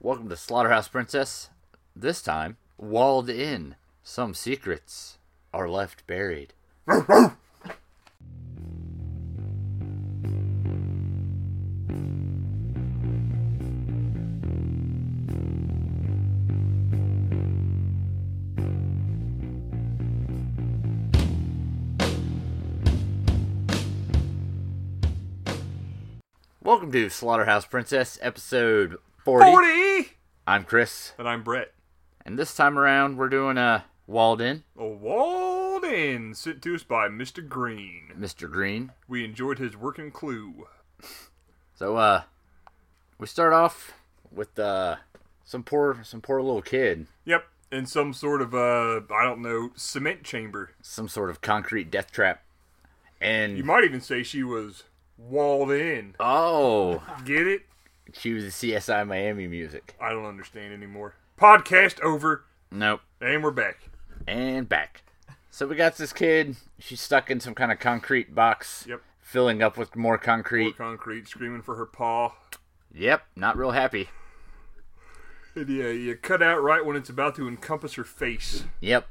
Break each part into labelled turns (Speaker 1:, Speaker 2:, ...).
Speaker 1: Welcome to Slaughterhouse Princess. This time, walled in. Some secrets are left buried. Welcome to Slaughterhouse Princess, episode 40.
Speaker 2: 40!
Speaker 1: I'm Chris,
Speaker 2: And I'm Brett.
Speaker 1: and this time around we're doing uh, a walled in.
Speaker 2: A walled in sent to us by Mr. Green.
Speaker 1: Mr. Green.
Speaker 2: We enjoyed his working clue.
Speaker 1: So uh we start off with uh some poor some poor little kid,
Speaker 2: Yep, in some sort of, uh, I don't know, cement chamber.
Speaker 1: some sort of concrete death trap. And
Speaker 2: You might even say she was walled in.
Speaker 1: oh,
Speaker 2: Get it?
Speaker 1: cue the CSI Miami music.
Speaker 2: I don't understand anymore. Podcast over,
Speaker 1: Nope.
Speaker 2: and we're back.
Speaker 1: And back. So we got this kid, she's stuck in some kind of concrete box.
Speaker 2: Yep.
Speaker 1: Filling up with more concrete.
Speaker 2: More concrete screaming for her paw.
Speaker 1: Yep, not real happy.
Speaker 2: And yeah, you cut out right when it's about to encompass her face.
Speaker 1: Yep.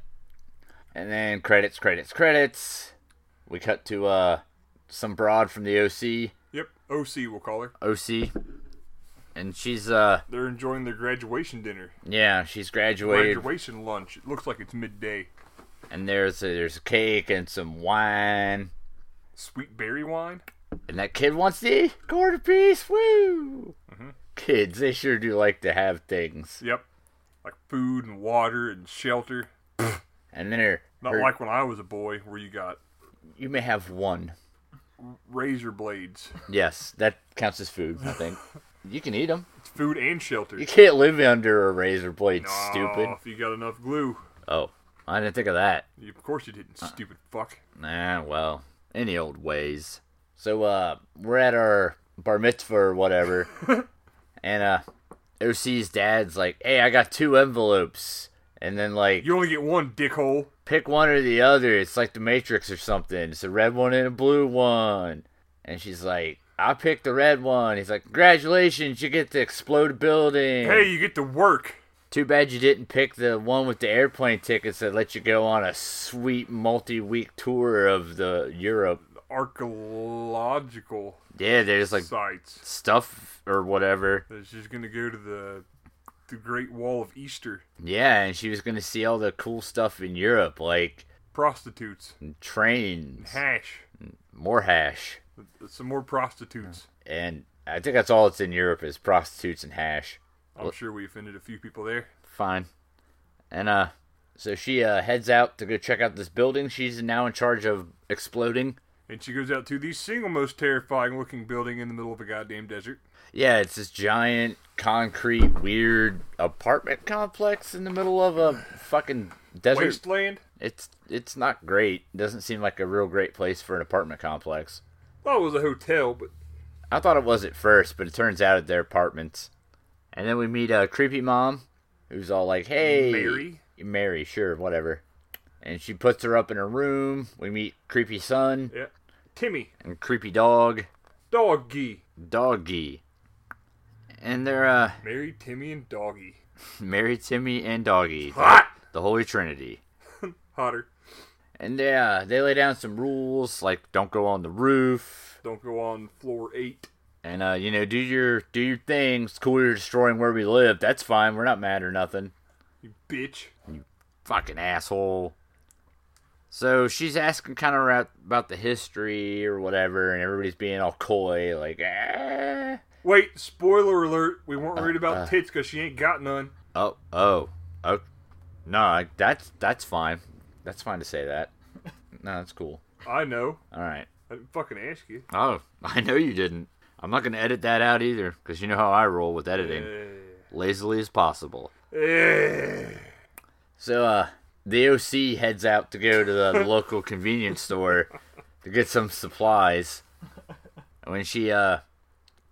Speaker 1: And then credits, credits, credits. We cut to uh some broad from the OC,
Speaker 2: Yep, OC we'll call her.
Speaker 1: OC, and she's uh
Speaker 2: They're enjoying their graduation dinner.
Speaker 1: yeah she's graduated,
Speaker 2: Graduation lunch. It looks like it's midday.
Speaker 1: and there's a, there's a cake and some wine,
Speaker 2: sweet berry wine.
Speaker 1: and that kid wants the quarter piece. Woo! Kids, they sure do like to have things.
Speaker 2: Yep. Like food and water and shelter.
Speaker 1: And then her,
Speaker 2: Not
Speaker 1: her-
Speaker 2: like when I was a boy where you got
Speaker 1: you may have one.
Speaker 2: razor blades.
Speaker 1: Yes, that counts as food. I think you can eat them.
Speaker 2: It's food and shelter.
Speaker 1: You can't live under a razor blade,
Speaker 2: Aw,
Speaker 1: stupid.
Speaker 2: If you got enough glue.
Speaker 1: Oh, I didn't think of that.
Speaker 2: You, of course you didn't, stupid fuck.
Speaker 1: Nah, well, any old ways. So, uh, we're at our bar mitzvah or whatever, and, uh, OC's dad's like, hey, I got two envelopes. And then, like,
Speaker 2: You only get one dickhole.
Speaker 1: pick one or the other. It's like the Matrix or something. It's a red one and a blue one. And she's like, I picked the red one. He's like, congratulations, you get to explode a building.
Speaker 2: Hey, you get to work.
Speaker 1: Too bad you didn't pick the one with the airplane tickets that let you go on a sweet multi-week tour of the Europe.
Speaker 2: Archaeological
Speaker 1: Yeah, there's like
Speaker 2: sites.
Speaker 1: stuff or whatever.
Speaker 2: That's just gonna go to the the Great Wall of Easter.
Speaker 1: Yeah, and she was gonna see all the cool stuff in Europe, like
Speaker 2: Prostitutes.
Speaker 1: trains,
Speaker 2: Hash.
Speaker 1: more hash,
Speaker 2: Some more prostitutes.
Speaker 1: and I think that's all that's in Europe is prostitutes and hash.
Speaker 2: I'm sure we offended a few people there.
Speaker 1: Fine, and uh, so she uh heads out to go check out this building. She's now in charge of exploding.
Speaker 2: And she goes out to the single most terrifying looking building in the middle of a goddamn desert.
Speaker 1: Yeah, it's this giant concrete weird apartment complex in the middle of a fucking desert.
Speaker 2: Wasteland?
Speaker 1: It's it's not great. Doesn't seem like a real great place for an apartment complex.
Speaker 2: Thought it was a hotel, but
Speaker 1: I thought it was at first, but it turns out at their apartments. And then we meet a creepy mom who's all like, "Hey,
Speaker 2: Mary?
Speaker 1: Mary, sure, whatever." And she puts her up in her room. We meet creepy son
Speaker 2: yeah. Timmy,
Speaker 1: and creepy dog,
Speaker 2: Doggy.
Speaker 1: doggy. And they're uh,
Speaker 2: Mary, Timmy, and Doggy.
Speaker 1: Mary, Timmy, and doggy,
Speaker 2: Hot!
Speaker 1: the Holy Trinity.
Speaker 2: Hotter.
Speaker 1: And they uh, they lay down some rules like don't go on the roof,
Speaker 2: Don't go on floor eight.
Speaker 1: and uh, you know do your do your things. Cool, you're destroying where we live. That's fine. We're not mad or nothing.
Speaker 2: You bitch.
Speaker 1: fucking asshole. So she's asking kind of about the history or whatever, and everybody's being all coy, like, "Ah."
Speaker 2: Wait, spoiler alert. We weren't worried
Speaker 1: Uh,
Speaker 2: about tits because she ain't got none.
Speaker 1: oh, oh, oh, no, I- that's that's fine, that's fine to say that. No, that's cool.
Speaker 2: I know.
Speaker 1: All right.
Speaker 2: I didn't fucking ask you.
Speaker 1: Oh, I know you didn't. I'm not gonna edit that out either, because you know how I roll with editing,
Speaker 2: Eh.
Speaker 1: lazily as possible.
Speaker 2: Eh.
Speaker 1: So, uh, the OC heads out to go to the local convenience store to get some supplies. And When she, uh,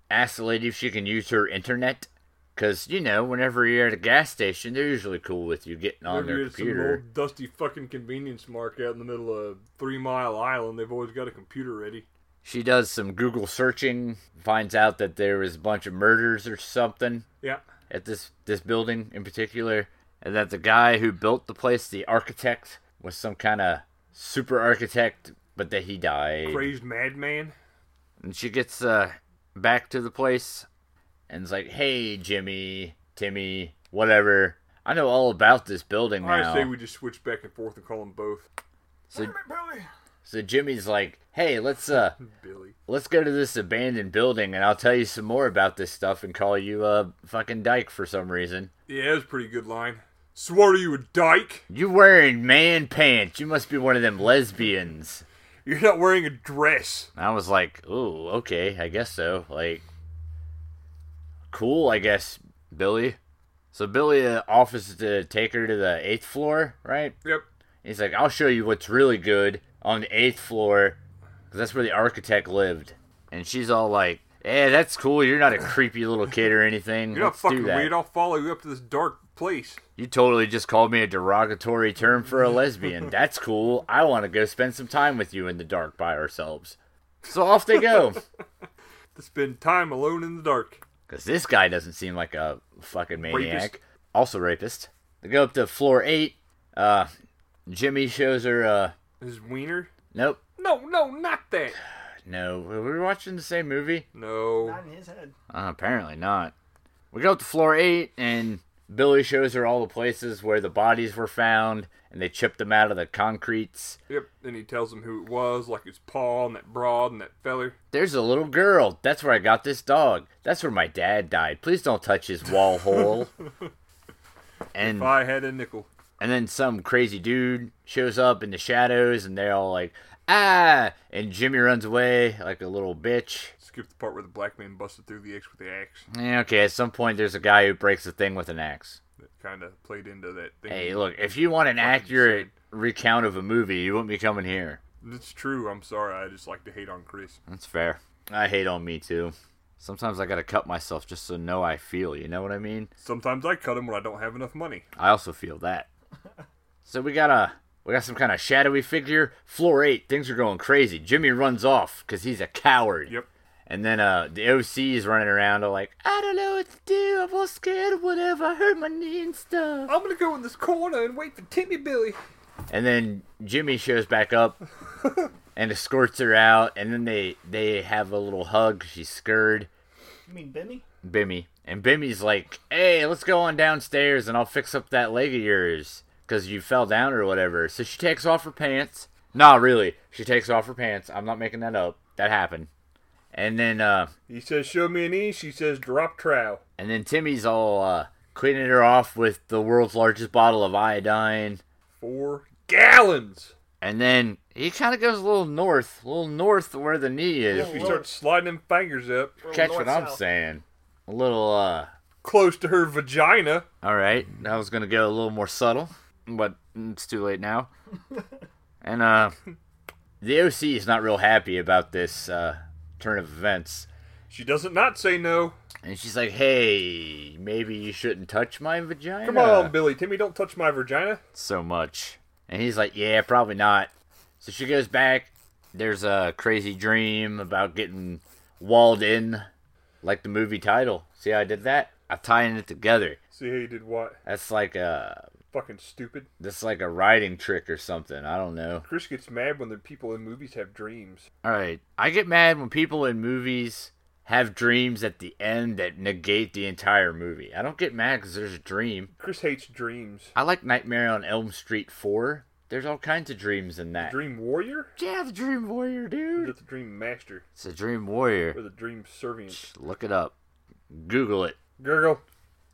Speaker 1: asks the lady if she can use her internet, because, you know, whenever you're at a gas station, they're usually cool with you getting on
Speaker 2: Maybe
Speaker 1: their
Speaker 2: it's some
Speaker 1: computer.
Speaker 2: old dusty fucking convenience market out in the middle of Three Mile Island. They've always got a computer ready.
Speaker 1: She does some Google searching, finds out that there was a bunch of murders or something,
Speaker 2: Yeah.
Speaker 1: at this this building in particular, and that the guy who built the place, the architect, was some kind of super architect, but that he died.
Speaker 2: Crazed madman.
Speaker 1: And she gets uh, back to the place and is like, "Hey, Jimmy, Timmy, whatever. I know all about this building now."
Speaker 2: I say we just switch back and forth and call them both.
Speaker 1: So-
Speaker 2: Damn it, Billy.
Speaker 1: so Jimmy's like, "Hey, let's uh,
Speaker 2: Billy.
Speaker 1: let's go to this abandoned building, and I'll tell you some more about this stuff, and call you uh, fucking dyke for some reason."
Speaker 2: Yeah, that was a pretty good line. So what are you, a dyke?
Speaker 1: You wearing man pants? You must be one of them lesbians.
Speaker 2: You're not wearing a dress.
Speaker 1: And I was like, ooh, okay, I guess so. Like, cool, I guess, Billy. So Billy uh, offers to take her to the eighth floor, right?
Speaker 2: Yep.
Speaker 1: He's like, I'll show you what's really good on the eighth floor, because that's where the architect lived. And she's all like, yeah, that's cool. You're not a creepy little kid or anything.
Speaker 2: You're not
Speaker 1: Let's do
Speaker 2: fucking
Speaker 1: that.
Speaker 2: weird. I'll follow you up to this dark place.
Speaker 1: You totally just called me a derogatory term for a lesbian. That's cool. I want to go spend some time with you in the dark by ourselves. So off they go.
Speaker 2: To spend time alone in the dark.
Speaker 1: Because this guy doesn't seem like a fucking maniac.
Speaker 2: Rapist.
Speaker 1: Also, rapist. They go up to floor eight. Uh, Jimmy shows her, uh,
Speaker 2: His wiener?
Speaker 1: nope,
Speaker 2: No, no, not that.
Speaker 1: no. Were we watching the same movie?
Speaker 2: No.
Speaker 3: in his head.
Speaker 1: Uh, apparently not. We go up to floor eight, and Billy shows her all the places where the bodies were found, and they chipped them out of the concretes.
Speaker 2: Yep. Then he tells him who it was, like it's Paul and that broad and that feller.
Speaker 1: There's a little girl. That's where I got this dog. That's where my dad died. Please don't touch his wall hole. and Hmm.
Speaker 2: If I had a nickel.
Speaker 1: and then some crazy dude shows up in the shadows and they're all like, "Ah!" and Jimmy runs away like a little bitch.
Speaker 2: Skip the part where the black man busted through the X with the axe.
Speaker 1: Eh, Okay, at some point there's a guy who breaks a thing with an axe.
Speaker 2: That kind of played into that thing.
Speaker 1: Hey, look, if you want an accurate recount of a movie, you wouldn't be coming here.
Speaker 2: It's true. I'm sorry. I just like to hate on Chris.
Speaker 1: That's fair. I hate on me too. Sometimes I gotta cut myself just so know I feel. You know what I mean?
Speaker 2: Sometimes I cut him when I don't have enough money.
Speaker 1: I also feel that. so we got a we got some kind of shadowy figure. Floor eight, things are going crazy. Jimmy runs off because he's a coward.
Speaker 2: Yep.
Speaker 1: And then uh the OC is running around all like, I don't know what to do. I'm all scared of whatever. I hurt my knee and stuff.
Speaker 2: I'm gonna go in this corner and wait for Timmy Billy.
Speaker 1: And then Jimmy shows back up and escorts her out. And then they they have a little hug. She's scared.
Speaker 3: You mean Benny?
Speaker 1: Bimmy. And Bimmy's like, hey, let's go on downstairs and I'll fix up that leg of yours because you fell down or whatever. So she takes off her pants. Nah, really. She takes off her pants. I'm not making that up. That happened. And then, uh,
Speaker 2: He says, "Show me an E." She says, "Drop trowel."
Speaker 1: and then Timmy's all, uh, cleaning her off with the world's largest bottle of iodine.
Speaker 2: Four gallons.
Speaker 1: And then he kind of goes a little north, a little north where the knee is.
Speaker 3: Yeah,
Speaker 2: She
Speaker 3: Lord.
Speaker 2: starts sliding them fingers up
Speaker 1: Catch what I'm
Speaker 3: North-south.
Speaker 1: saying. A little, uh,
Speaker 2: close to her vagina.
Speaker 1: All right, I was gonna go a little more subtle, but it's too late now. and uh, the OC is not real happy about this uh, turn of events,
Speaker 2: She doesn't not say no.
Speaker 1: and she's like, "Hey, maybe you shouldn't touch my vagina."
Speaker 2: Come on, Billy. Timmy, don't touch my vagina.
Speaker 1: so much. And he's like, "Yeah, probably not." So she goes back. There's a crazy dream about getting walled in, like the movie title. See how I did that? I'm tying it together.
Speaker 2: See how you did what?
Speaker 1: That's like a
Speaker 2: Fucking stupid.
Speaker 1: that's like a writing trick or something. I don't know.
Speaker 2: Chris gets mad when the people in movies have dreams.
Speaker 1: All right. I get mad when people in movies have dreams at the end that negate the entire movie. I don't get mad because there's a dream.
Speaker 2: Chris hates dreams.
Speaker 1: I like Nightmare on Elm Street 4. There's all kinds of dreams in that.
Speaker 2: Dream warrior?
Speaker 1: yeah, the Dream Warrior,
Speaker 2: Or is
Speaker 1: dude.
Speaker 2: it the dream master?
Speaker 1: It's a Dream Warrior.
Speaker 2: Or the dream servient?
Speaker 1: Look it up. Google it.
Speaker 2: Gurgle.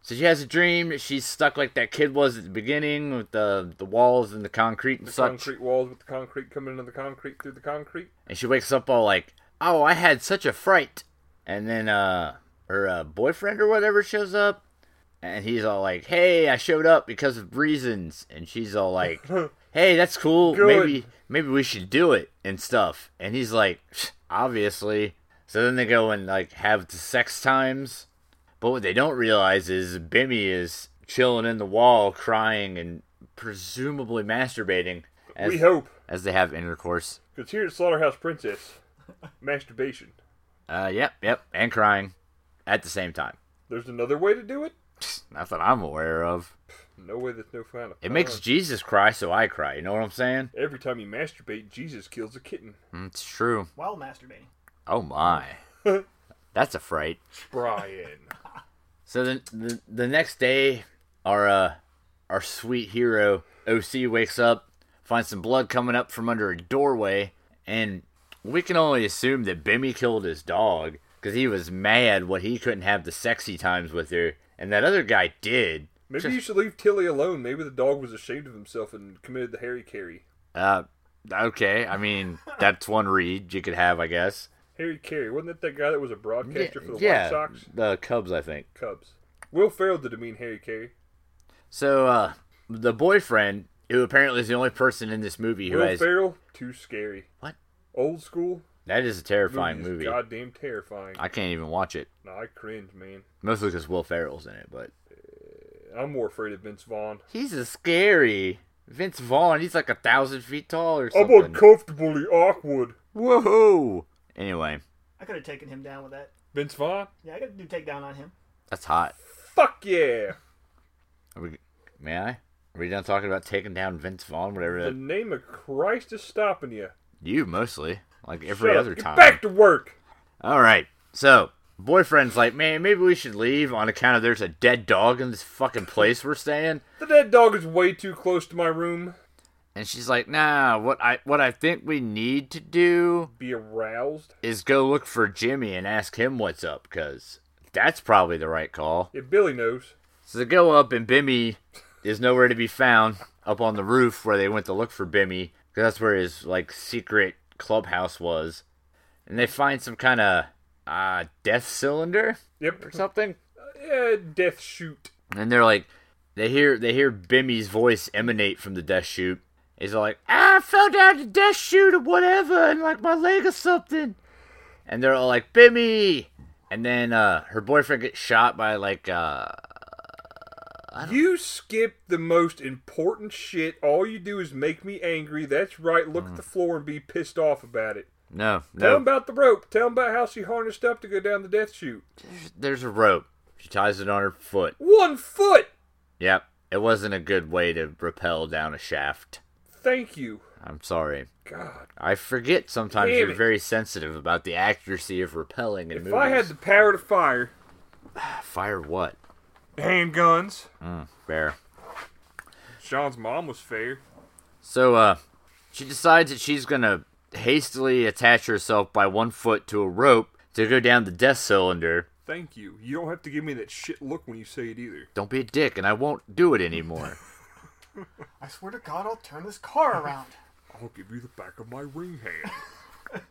Speaker 1: So she has a dream that she's stuck like that kid was at the beginning with the the walls and the concrete and
Speaker 2: The
Speaker 1: such.
Speaker 2: concrete walls with the concrete coming into the concrete through the concrete.
Speaker 1: and she wakes up all like, "Oh, I had such a fright." And then uh her uh, boyfriend or whatever shows up, and he's all like, "Hey, I showed up because of reasons." And she's all like, "Hey, that's cool.
Speaker 2: Good.
Speaker 1: Maybe maybe we should do it and stuff." And he's like, "Psh, "Obviously." So then they go and like have the sex times, but what they don't realize is Bimmy is chilling in the wall, crying and presumably masturbating as,
Speaker 2: We hope.
Speaker 1: as they have intercourse.
Speaker 2: Because here at Slaughterhouse Princess, masturbation.
Speaker 1: Uh, yep, yep, and crying at the same time.
Speaker 2: There's another way to do it?
Speaker 1: Not that I'm aware of.
Speaker 2: No way that's no fun.
Speaker 1: It makes Jesus cry, so I cry. You know what I'm saying?
Speaker 2: Every time you masturbate, Jesus kills a kitten.
Speaker 1: Mm, It's true.
Speaker 3: while masturbating.
Speaker 1: Oh my, that's a fright.
Speaker 2: Brian.
Speaker 1: So the, the the next day, our uh, our sweet hero OC wakes up, finds some blood coming up from under a doorway, and we can only assume that Bimmy killed his dog because he was mad what he couldn't have the sexy times with her, and that other guy did.
Speaker 2: Maybe you should leave Tilly alone. Maybe the dog was ashamed of himself and committed the Harry Carry.
Speaker 1: Uh, okay, I mean that's one read you could have, I guess.
Speaker 2: Harry Carey, wasn't that that guy that was a broadcaster for the White Sox?
Speaker 1: the Cubs, I think.
Speaker 2: Cubs. Will Ferrell did demean Harry Carey.
Speaker 1: So uh, the boyfriend, who apparently is the only person in this movie who
Speaker 2: Will
Speaker 1: has
Speaker 2: Ferrell, too scary.
Speaker 1: What?
Speaker 2: Old school?
Speaker 1: that is a terrifying
Speaker 2: movie is
Speaker 1: movie.
Speaker 2: Goddamn terrifying.
Speaker 1: I can't even watch it.
Speaker 2: Nah, I cringe, man.
Speaker 1: Mostly because Will Ferrell's in it, but
Speaker 2: I'm more afraid of Vince Vaughn.
Speaker 1: he's a scary Vince Vaughn. He's like a thousand feet tall or
Speaker 2: I'm
Speaker 1: something.
Speaker 2: uncomfortably Oh, awkward.
Speaker 1: Whoa! Anyway,
Speaker 3: I could have taken him down with that.
Speaker 2: Vince Vaughn?
Speaker 3: Yeah, I could do takedown on him.
Speaker 1: that's hot.
Speaker 2: Fuck yeah!
Speaker 1: Are we, may I? Are we done talking about taking down Vince Vaughn? Whatever
Speaker 2: The
Speaker 1: that,
Speaker 2: name of Christ is stopping you.
Speaker 1: you mostly like every
Speaker 2: Shut up.
Speaker 1: other
Speaker 2: Get
Speaker 1: time.
Speaker 2: back to work!
Speaker 1: All right. So, boyfriend's like, man, maybe we should leave on account of there's a dead dog in this fucking place we're staying.
Speaker 2: The dead dog is way too close to my room.
Speaker 1: And she's like, nah, what I what I think we need to do
Speaker 2: Be aroused.
Speaker 1: is go look for Jimmy and ask him what's up, cause that's probably the right call.
Speaker 2: Yeah, Billy knows.
Speaker 1: So they go up, and Bimmy is nowhere to be found up on the roof where they went to look for Bimmy, 'cause that's where his like secret clubhouse was. And they find some kind of uh, death cylinder
Speaker 2: Yep.
Speaker 1: or something.
Speaker 2: Yeah, death shoot.
Speaker 1: and they're like they hear they hear Bimmy's voice emanate from the death chute. He's all like, "Ah, I fell down the death chute or whatever, and like my leg or something. And they're all like, Bimmy. And then uh, her boyfriend gets shot by like uh,
Speaker 2: You skip the most important shit. All you do is make me angry. That's right.
Speaker 1: Hmm.
Speaker 2: Look at the floor and be pissed off about it.
Speaker 1: no
Speaker 2: Tell 'em
Speaker 1: no.
Speaker 2: about the rope. Tell 'em about how she harnessed up to go down the death chute.
Speaker 1: There's a rope. She ties it on her foot.
Speaker 2: One foot.
Speaker 1: Yep, it wasn't a good way to rappel down a shaft.
Speaker 2: Thank you.
Speaker 1: I'm sorry.
Speaker 2: God.
Speaker 1: I forget sometimes
Speaker 2: Damn
Speaker 1: you're
Speaker 2: it.
Speaker 1: very sensitive about the accuracy of rappelling in
Speaker 2: If
Speaker 1: movies.
Speaker 2: I had the power to fire
Speaker 1: fire what?
Speaker 2: handguns,
Speaker 1: Bear.
Speaker 2: Sean's mom was fair.
Speaker 1: So uh she decides that she's gonna hastily attach herself by one foot to a rope to go down the death cylinder.
Speaker 2: Thank you. You don't have to give me that shit look when you say it either.
Speaker 1: Don't be a dick and I won't do it anymore.
Speaker 3: I swear to God, I'll turn this car around.
Speaker 2: I'll give you the back of my ring hand.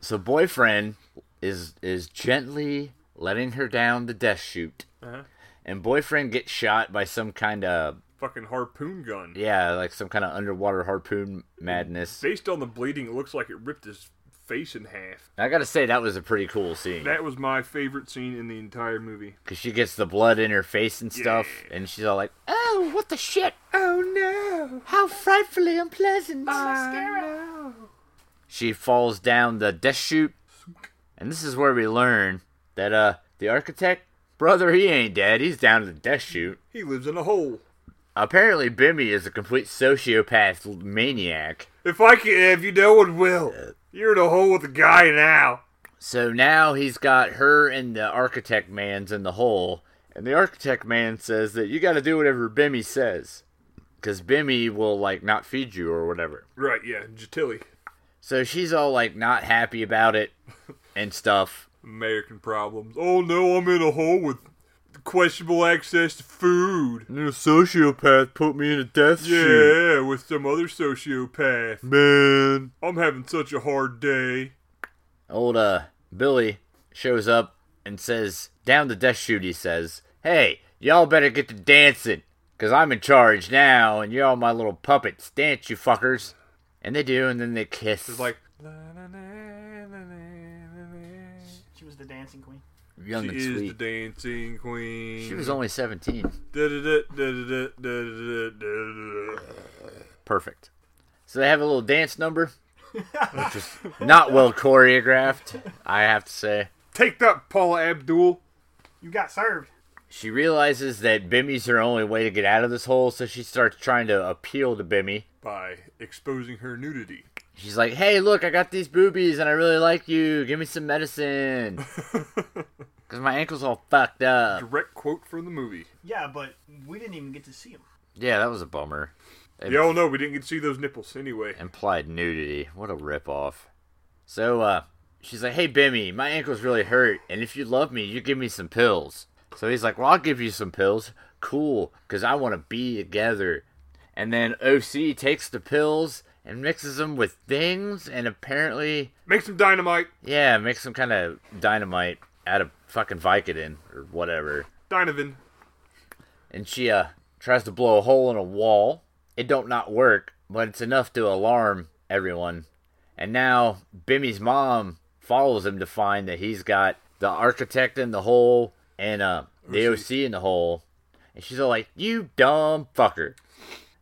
Speaker 1: so boyfriend is is gently letting her down the death chute.
Speaker 2: Uh-huh.
Speaker 1: And boyfriend gets shot by some kind of
Speaker 2: Fucking harpoon gun.
Speaker 1: yeah, like some kind of underwater harpoon madness.
Speaker 2: Based on the bleeding, it looks like it ripped his face in half.
Speaker 1: I gotta say that was a pretty cool scene
Speaker 2: That was my favorite scene in the entire movie.
Speaker 1: because she gets the blood in her face and stuff,
Speaker 2: Yeah.
Speaker 1: and she's all like, "Oh, what the shit!
Speaker 2: Oh no! Oh,
Speaker 1: How frightfully unpleasant!"
Speaker 2: Mascara!
Speaker 1: she falls down the death chute, and this is where we learn that uh the architect brother he ain't dead. He's down in the death chute.
Speaker 2: He lives in a hole.
Speaker 1: Apparently, Bimmy is a complete sociopath maniac.
Speaker 2: If I can, if you know it will. You're in a hole with a guy now.
Speaker 1: So now he's got her and the architect man's in the hole, and the architect man says that you got to do whatever Bimmy says, because Bimmy will like not feed you or whatever.
Speaker 2: Right, yeah, Jatilly.
Speaker 1: So she's all like not happy about it and stuff.
Speaker 2: American problems. Oh no, I'm in a hole with questionable access to food.
Speaker 1: New sociopath put me in a death
Speaker 2: Yeah, with some other sociopath.
Speaker 1: man.
Speaker 2: I'm having such a hard day.
Speaker 1: old uh Billy shows up and says down the death chute he says, "Hey, y'all better get to dancing cuz I'm in charge now and you're all my little puppets. Dance, you fuckers." And they do and then they kiss.
Speaker 2: It's like.
Speaker 3: She was the dancing queen.
Speaker 1: young
Speaker 2: She
Speaker 1: and
Speaker 2: is the
Speaker 1: sweet.
Speaker 2: dancing queen.
Speaker 1: She was only 17.
Speaker 2: That's
Speaker 1: Perfect. So they have a little dance number. Just not well choreographed, I have to say.
Speaker 2: Take that, Paula Abdul.
Speaker 3: You got served.
Speaker 1: She realizes that Bimmy's her only way to get out of this hole, so she starts trying to appeal to Bimmy.
Speaker 2: by exposing her nudity.
Speaker 1: She's like, "Hey, look, I got these boobies, and I really like you. Give me some medicine, cause my ankle's all fucked up."
Speaker 2: Direct quote from the movie.
Speaker 3: Yeah, but we didn't even get to see him.
Speaker 1: Yeah, that was a bummer. Im-
Speaker 2: Y'all know we didn't get to see those nipples anyway.
Speaker 1: Implied nudity. What a ripoff. So, uh, she's like, "Hey, Bimmy, my ankle's really hurt, and if you love me, you give me some pills." So he's like, "Well, I'll give you some pills. Cool, cause I want to be together." And then OC takes the pills and mixes them with things, and apparently
Speaker 2: Make some dynamite.
Speaker 1: Yeah, make some kind of dynamite out of fucking Vicodin or whatever.
Speaker 2: Dynovan.
Speaker 1: And she uh, tries to blow a hole in a wall. It don't not work, but it's enough to alarm everyone. And now Bimmy's mom follows him to find that he's got the architect in the hole and uh, the OC in the hole. And she's all like, "You dumb fucker."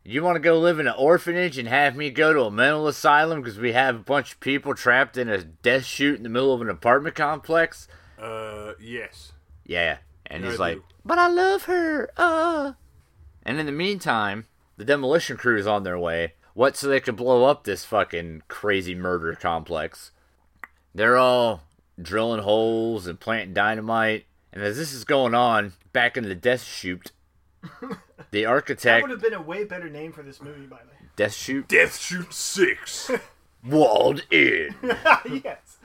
Speaker 1: You want to go live in an orphanage and have me go to a mental asylum because we have a bunch of people trapped in a death chute in the middle of an apartment complex?
Speaker 2: Uh, yes.
Speaker 1: Yeah. And
Speaker 2: Yeah,
Speaker 1: he's
Speaker 2: I
Speaker 1: like,
Speaker 2: do.
Speaker 1: but I love her. Uh. And in the meantime, the demolition crew is on their way. What so they could blow up this fucking crazy murder complex? They're all drilling holes and planting dynamite. And as this is going on, back in the death chute, the
Speaker 3: That
Speaker 1: architect
Speaker 3: would have been a way better name for this movie, by the
Speaker 1: death chute
Speaker 2: Death Shoot 6.
Speaker 1: walled in. Hmm.
Speaker 3: way. yes.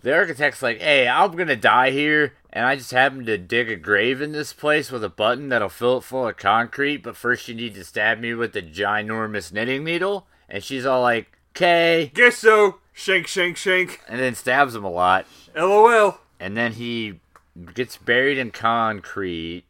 Speaker 1: The architect's like, hey, I'm gonna die here, and I just happen to dig a grave in this place with a button that'll fill it full of concrete, but first you need to stab me with the ginormous knitting needle. And she's all like, okay,
Speaker 2: Guess so. Shank, shank, shank.
Speaker 1: and then stabs him a lot.
Speaker 2: LOL.
Speaker 1: And then he gets buried in concrete,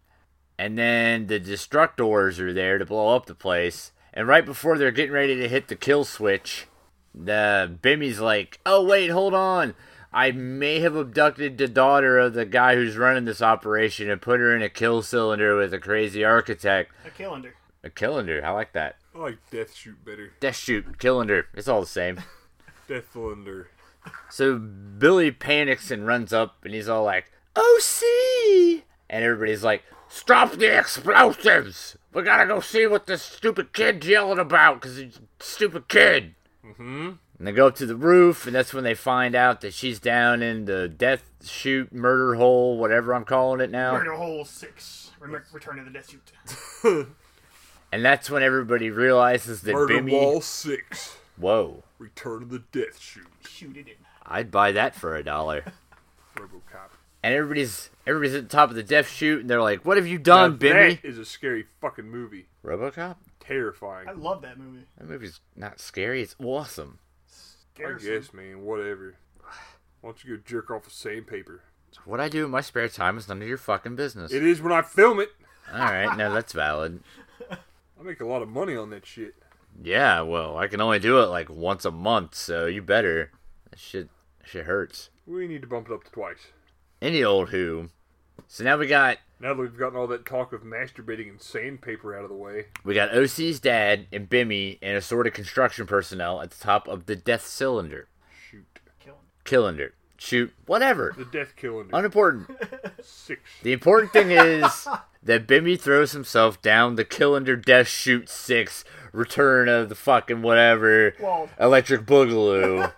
Speaker 1: and then the destructors are there to blow up the place. And right before they're getting ready to hit the kill switch, the Bimmy's like, "Oh wait, hold on. I may have abducted the daughter of the guy who's running this operation and put her in a kill cylinder with a crazy architect.
Speaker 3: A calendar.
Speaker 1: A cylinder, I like that.
Speaker 2: I like Death Shoot better.
Speaker 1: Death shoot, cylinder. It's all the same."
Speaker 2: Death Cylinder.
Speaker 1: So Billy panics and runs up, and he's all like, "OC!" And everybody's like, "Stop the explosives! We gotta go see what this stupid kid's yelling about, cause he's a stupid kid." Mm-hmm. And they go up to the roof, and that's when they find out that she's down in the death shoot murder hole, whatever I'm calling it now.
Speaker 3: Murder Hole 6. Rem- Return of the Death Suit.
Speaker 1: And that's when everybody realizes that
Speaker 2: Murder
Speaker 1: Bimmy.
Speaker 2: Wall 6.
Speaker 1: Whoa,
Speaker 2: Return of the Death Shoot.
Speaker 3: Shoot it in.
Speaker 1: I'd buy that for a dollar.
Speaker 2: Robocop.
Speaker 1: And everybody's everybody's at the top of the death shoot, and they're like, "What have you
Speaker 2: Now
Speaker 1: done, Uh, Bimmy?"
Speaker 2: That is a scary fucking movie.
Speaker 1: RoboCop.
Speaker 2: Terrifying.
Speaker 3: I love that movie.
Speaker 1: That movie's not scary. It's awesome.
Speaker 2: I
Speaker 3: Scares me.
Speaker 2: guess, man. Whatever. Why don't you go jerk off with sandpaper?
Speaker 1: What I do in my spare time is none of your fucking business.
Speaker 2: It is when I film it.
Speaker 1: All right, no, that's valid.
Speaker 2: I make a lot of money on that shit.
Speaker 1: Yeah, well, I can only do it like once a month, so you better. That shit, that shit hurts.
Speaker 2: We need to bump it up to twice.
Speaker 1: Any old who. So now we got
Speaker 2: Now that we've gotten all that talk of masturbating and sandpaper out of the way,
Speaker 1: we got OC's dad and Bimmy and assorted construction personnel at the top of the death cylinder,
Speaker 2: shoot.
Speaker 3: Killing it.
Speaker 1: cylinder, shoot, whatever.
Speaker 2: The death cylinder.
Speaker 1: Unimportant.
Speaker 2: Six.
Speaker 1: The important thing is that Bimmy throws himself down the Killender Death Shoot 6 return of the fucking whatever
Speaker 3: Well-
Speaker 1: electric boogaloo.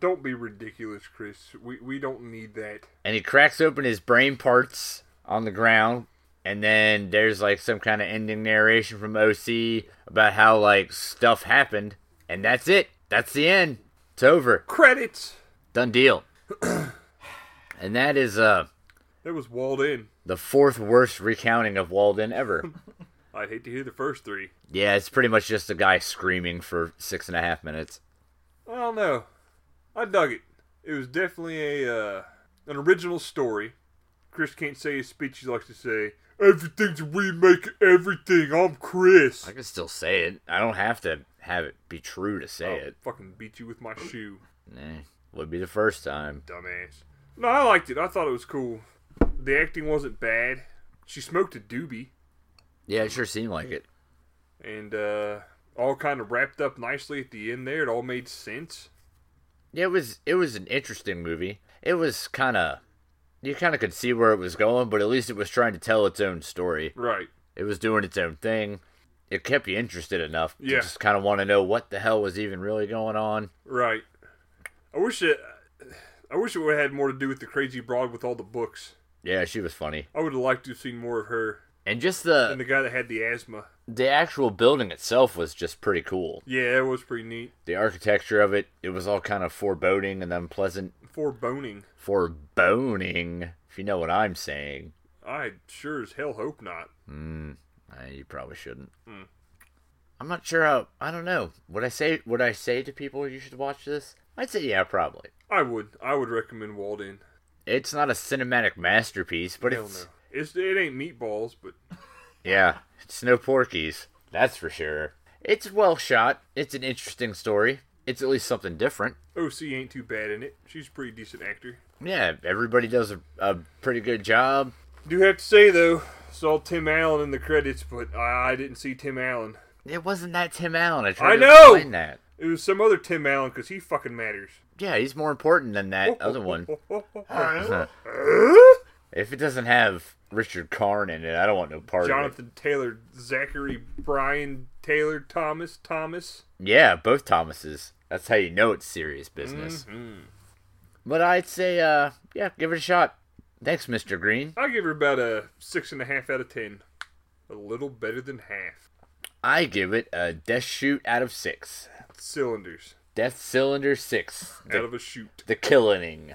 Speaker 2: Don't be ridiculous, Chris. We we don't need that.
Speaker 1: and he cracks open his brain parts on the ground. And then there's like some kind of ending narration from OC about how like stuff happened. And that's it. That's the end. It's over.
Speaker 2: Credits.
Speaker 1: Done deal. and that is uh
Speaker 2: That was walled in.
Speaker 1: the fourth worst recounting of Walden ever.
Speaker 2: I'd hate to hear the first three.
Speaker 1: Yeah, it's pretty much just a guy screaming for six and a half minutes.
Speaker 2: I don't know. I dug it. It was definitely a uh, an original story. Chris can't say his speech. He likes to say, "Everything's a remake of everything." I'm Chris.
Speaker 1: I can still say it. Oh. I don't have to have it be true to say
Speaker 2: I'll
Speaker 1: it.
Speaker 2: fucking beat you with my shoe,
Speaker 1: Nah, would be the first time.
Speaker 2: dumbass. No, I liked it. I thought it was cool. The acting wasn't bad. She smoked a doobie
Speaker 1: Yeah, it sure seemed like it.
Speaker 2: and uh, all kind of wrapped up nicely at the end there. It all made sense.
Speaker 1: It was it was an interesting movie. It was kind of you kind of could see where it was going, but at least it was trying to tell its own story.
Speaker 2: Right.
Speaker 1: It was doing its own thing. It kept you interested enough to
Speaker 2: Yeah.
Speaker 1: just kind of want to know what the hell was even really going on.
Speaker 2: Right. I wish it. I wish it would have had more to do with the crazy broad with all the books.
Speaker 1: Yeah, she was funny.
Speaker 2: I would have liked to have seen more of her
Speaker 1: And just the
Speaker 2: and the guy that had the asthma.
Speaker 1: the actual building itself was just pretty cool.
Speaker 2: Yeah, that was pretty neat.
Speaker 1: The architecture of it, it was all kind of foreboding and unpleasant.
Speaker 2: Foreboning.
Speaker 1: Foreboning, if you know what I'm saying.
Speaker 2: I sure as hell hope not.
Speaker 1: Uh, you probably shouldn't.
Speaker 2: Hmm.
Speaker 1: I'm not sure how. I don't know. Would I say? Would I say to people you should watch this? I'd say yeah, probably.
Speaker 2: I would. I would recommend Walled In.
Speaker 1: It's not a cinematic masterpiece, but
Speaker 2: Hell
Speaker 1: it's
Speaker 2: no. It's it ain't meatballs, but
Speaker 1: yeah, it's no Porky's. That's for sure. It's well shot. It's an interesting story. It's at least something different.
Speaker 2: OC ain't too bad in it. She's a pretty decent actor.
Speaker 1: Yeah, everybody does a, a pretty good job.
Speaker 2: Do have to say though, saw Tim Allen in the credits, but I, I didn't see Tim Allen.
Speaker 1: It wasn't that Tim Allen. I, tried
Speaker 2: I
Speaker 1: to
Speaker 2: know!
Speaker 1: explain that.
Speaker 2: It was some other Tim Allen because he fucking matters.
Speaker 1: Yeah, he's more important than that other one.
Speaker 3: Huh?
Speaker 1: If it doesn't have Richard Karn in it, I don't want no part of it.
Speaker 2: Jonathan Taylor, Zachary, Brian Taylor, Thomas, Thomas.
Speaker 1: Yeah, both Thomases. That's how you know it's serious business.
Speaker 3: Mm-hmm.
Speaker 1: But I'd say, uh, yeah, give it a shot. Thanks, Mr. Green.
Speaker 2: I give her about a six and a half out of ten. A little better than half.
Speaker 1: I give it a death shoot out of six.
Speaker 2: Cylinders
Speaker 1: Death cylinder six.
Speaker 2: out of a shoot.
Speaker 1: The killing.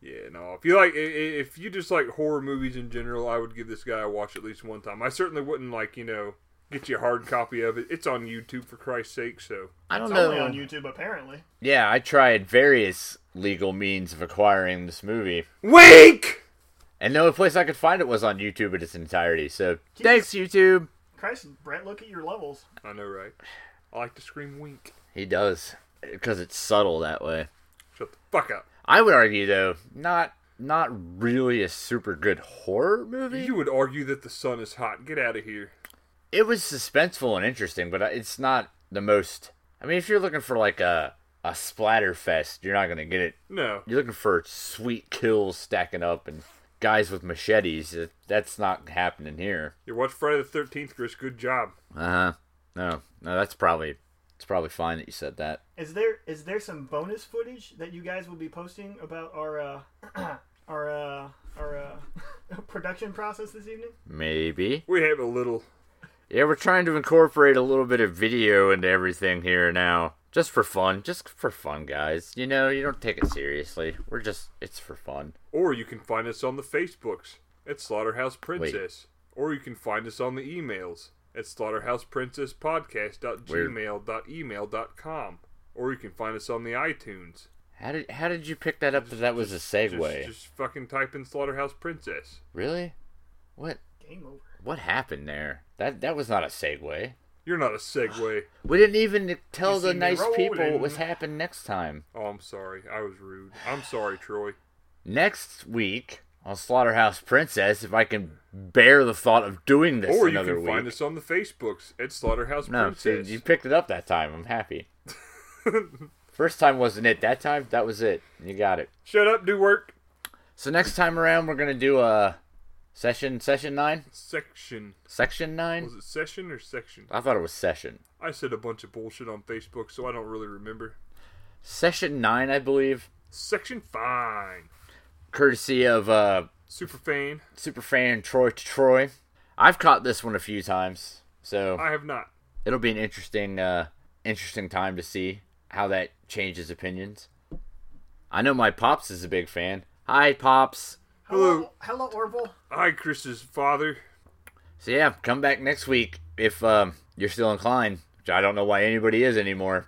Speaker 2: Yeah, no. If you like, i- i- if you just like horror movies in general, I would give this guy a watch at least one time. I certainly wouldn't like you know get you a hard copy of it. It's on YouTube for Christ's sake. So
Speaker 1: I don't
Speaker 3: It's
Speaker 1: know.
Speaker 3: only on YouTube, apparently.
Speaker 1: Yeah, I tried various legal means of acquiring this movie,
Speaker 2: wink.
Speaker 1: and the only place I could find it was on YouTube in its entirety. So thanks, YouTube.
Speaker 3: Christ, Brett, look at your levels.
Speaker 2: I know, right? I like to scream wink.
Speaker 1: He does because it's subtle that way.
Speaker 2: Shut the fuck up.
Speaker 1: I would argue, though, not not really a super good horror movie.
Speaker 2: You would argue that the sun is hot. Get out of here.
Speaker 1: it was suspenseful and interesting, but it's not the most. I mean, if you're looking for like a a splatter fest, you're not gonna get it.
Speaker 2: No,
Speaker 1: You're looking for sweet kills stacking up and guys with machetes. That- That's not happening here.
Speaker 2: you watch Friday the Thirteenth, Chris. Good job.
Speaker 1: Uh huh. No, no, that's probably it's probably fine that you said that.
Speaker 3: Is there is there some bonus footage that you guys will be posting about our uh, our uh, our uh, production process this evening?
Speaker 1: Maybe.
Speaker 2: We have a little.
Speaker 1: Yeah, we're trying to incorporate a little bit of video into everything here now. Just for fun, just for fun, guys. You know, you don't take it seriously. We're just, it's for fun.
Speaker 2: Or you can find us on the Facebooks at Slaughterhouse Princess. Or you can find us on the emails at slaughterhouseprincesspodcast.gmail.email.com. Or you can find us on the iTunes.
Speaker 1: How did how did you pick that up? that that was a
Speaker 2: Just,
Speaker 1: segue.
Speaker 2: just fucking type in Slaughterhouse Princess.
Speaker 1: Really? What
Speaker 3: Game over.
Speaker 1: what happened there? That that was not a segue.
Speaker 2: You're not a segue.
Speaker 1: We didn't even tell
Speaker 3: You
Speaker 1: the
Speaker 3: see me
Speaker 1: nice people what was
Speaker 3: rolling.
Speaker 1: happening next time.
Speaker 2: oh, I'm sorry. I was rude. I'm sorry, Troy.
Speaker 1: Next week on Slaughterhouse Princess, if I can bear the thought of doing this
Speaker 2: Or you
Speaker 1: another
Speaker 2: can
Speaker 1: week.
Speaker 2: find us on the Facebooks at Slaughterhouse
Speaker 1: no, see,
Speaker 2: Princess.
Speaker 1: you picked it up that time. I'm happy. First time wasn't it. That time, that was it. You got it.
Speaker 2: Shut up, do work.
Speaker 1: So next time around, we're gonna do a session, session nine,
Speaker 2: Section.
Speaker 1: section nine.
Speaker 2: Was it session or section?
Speaker 1: I thought it was session.
Speaker 2: I said a bunch of bullshit on Facebook, so I don't really remember.
Speaker 1: Session nine, I believe,
Speaker 2: Section fine.
Speaker 1: courtesy of uh,
Speaker 2: Super fan.
Speaker 1: super fan Troy to Troy. I've caught this one a few times, so
Speaker 2: I have not.
Speaker 1: it'll be an interesting, uh, interesting time to see how that changes opinions. I know my pops is a big fan. Hi, pops.
Speaker 3: Hello, hello, Orville.
Speaker 2: I, Chris's father.
Speaker 1: So yeah, come back next week if um, you're still inclined, which I don't know why anybody is anymore.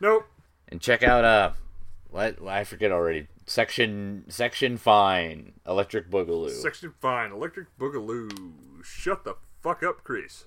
Speaker 2: Nope.
Speaker 1: And check out uh, what I forget already. Section section fine electric boogaloo.
Speaker 2: Section fine. Electric Boogaloo. Shut the fuck up, Chris.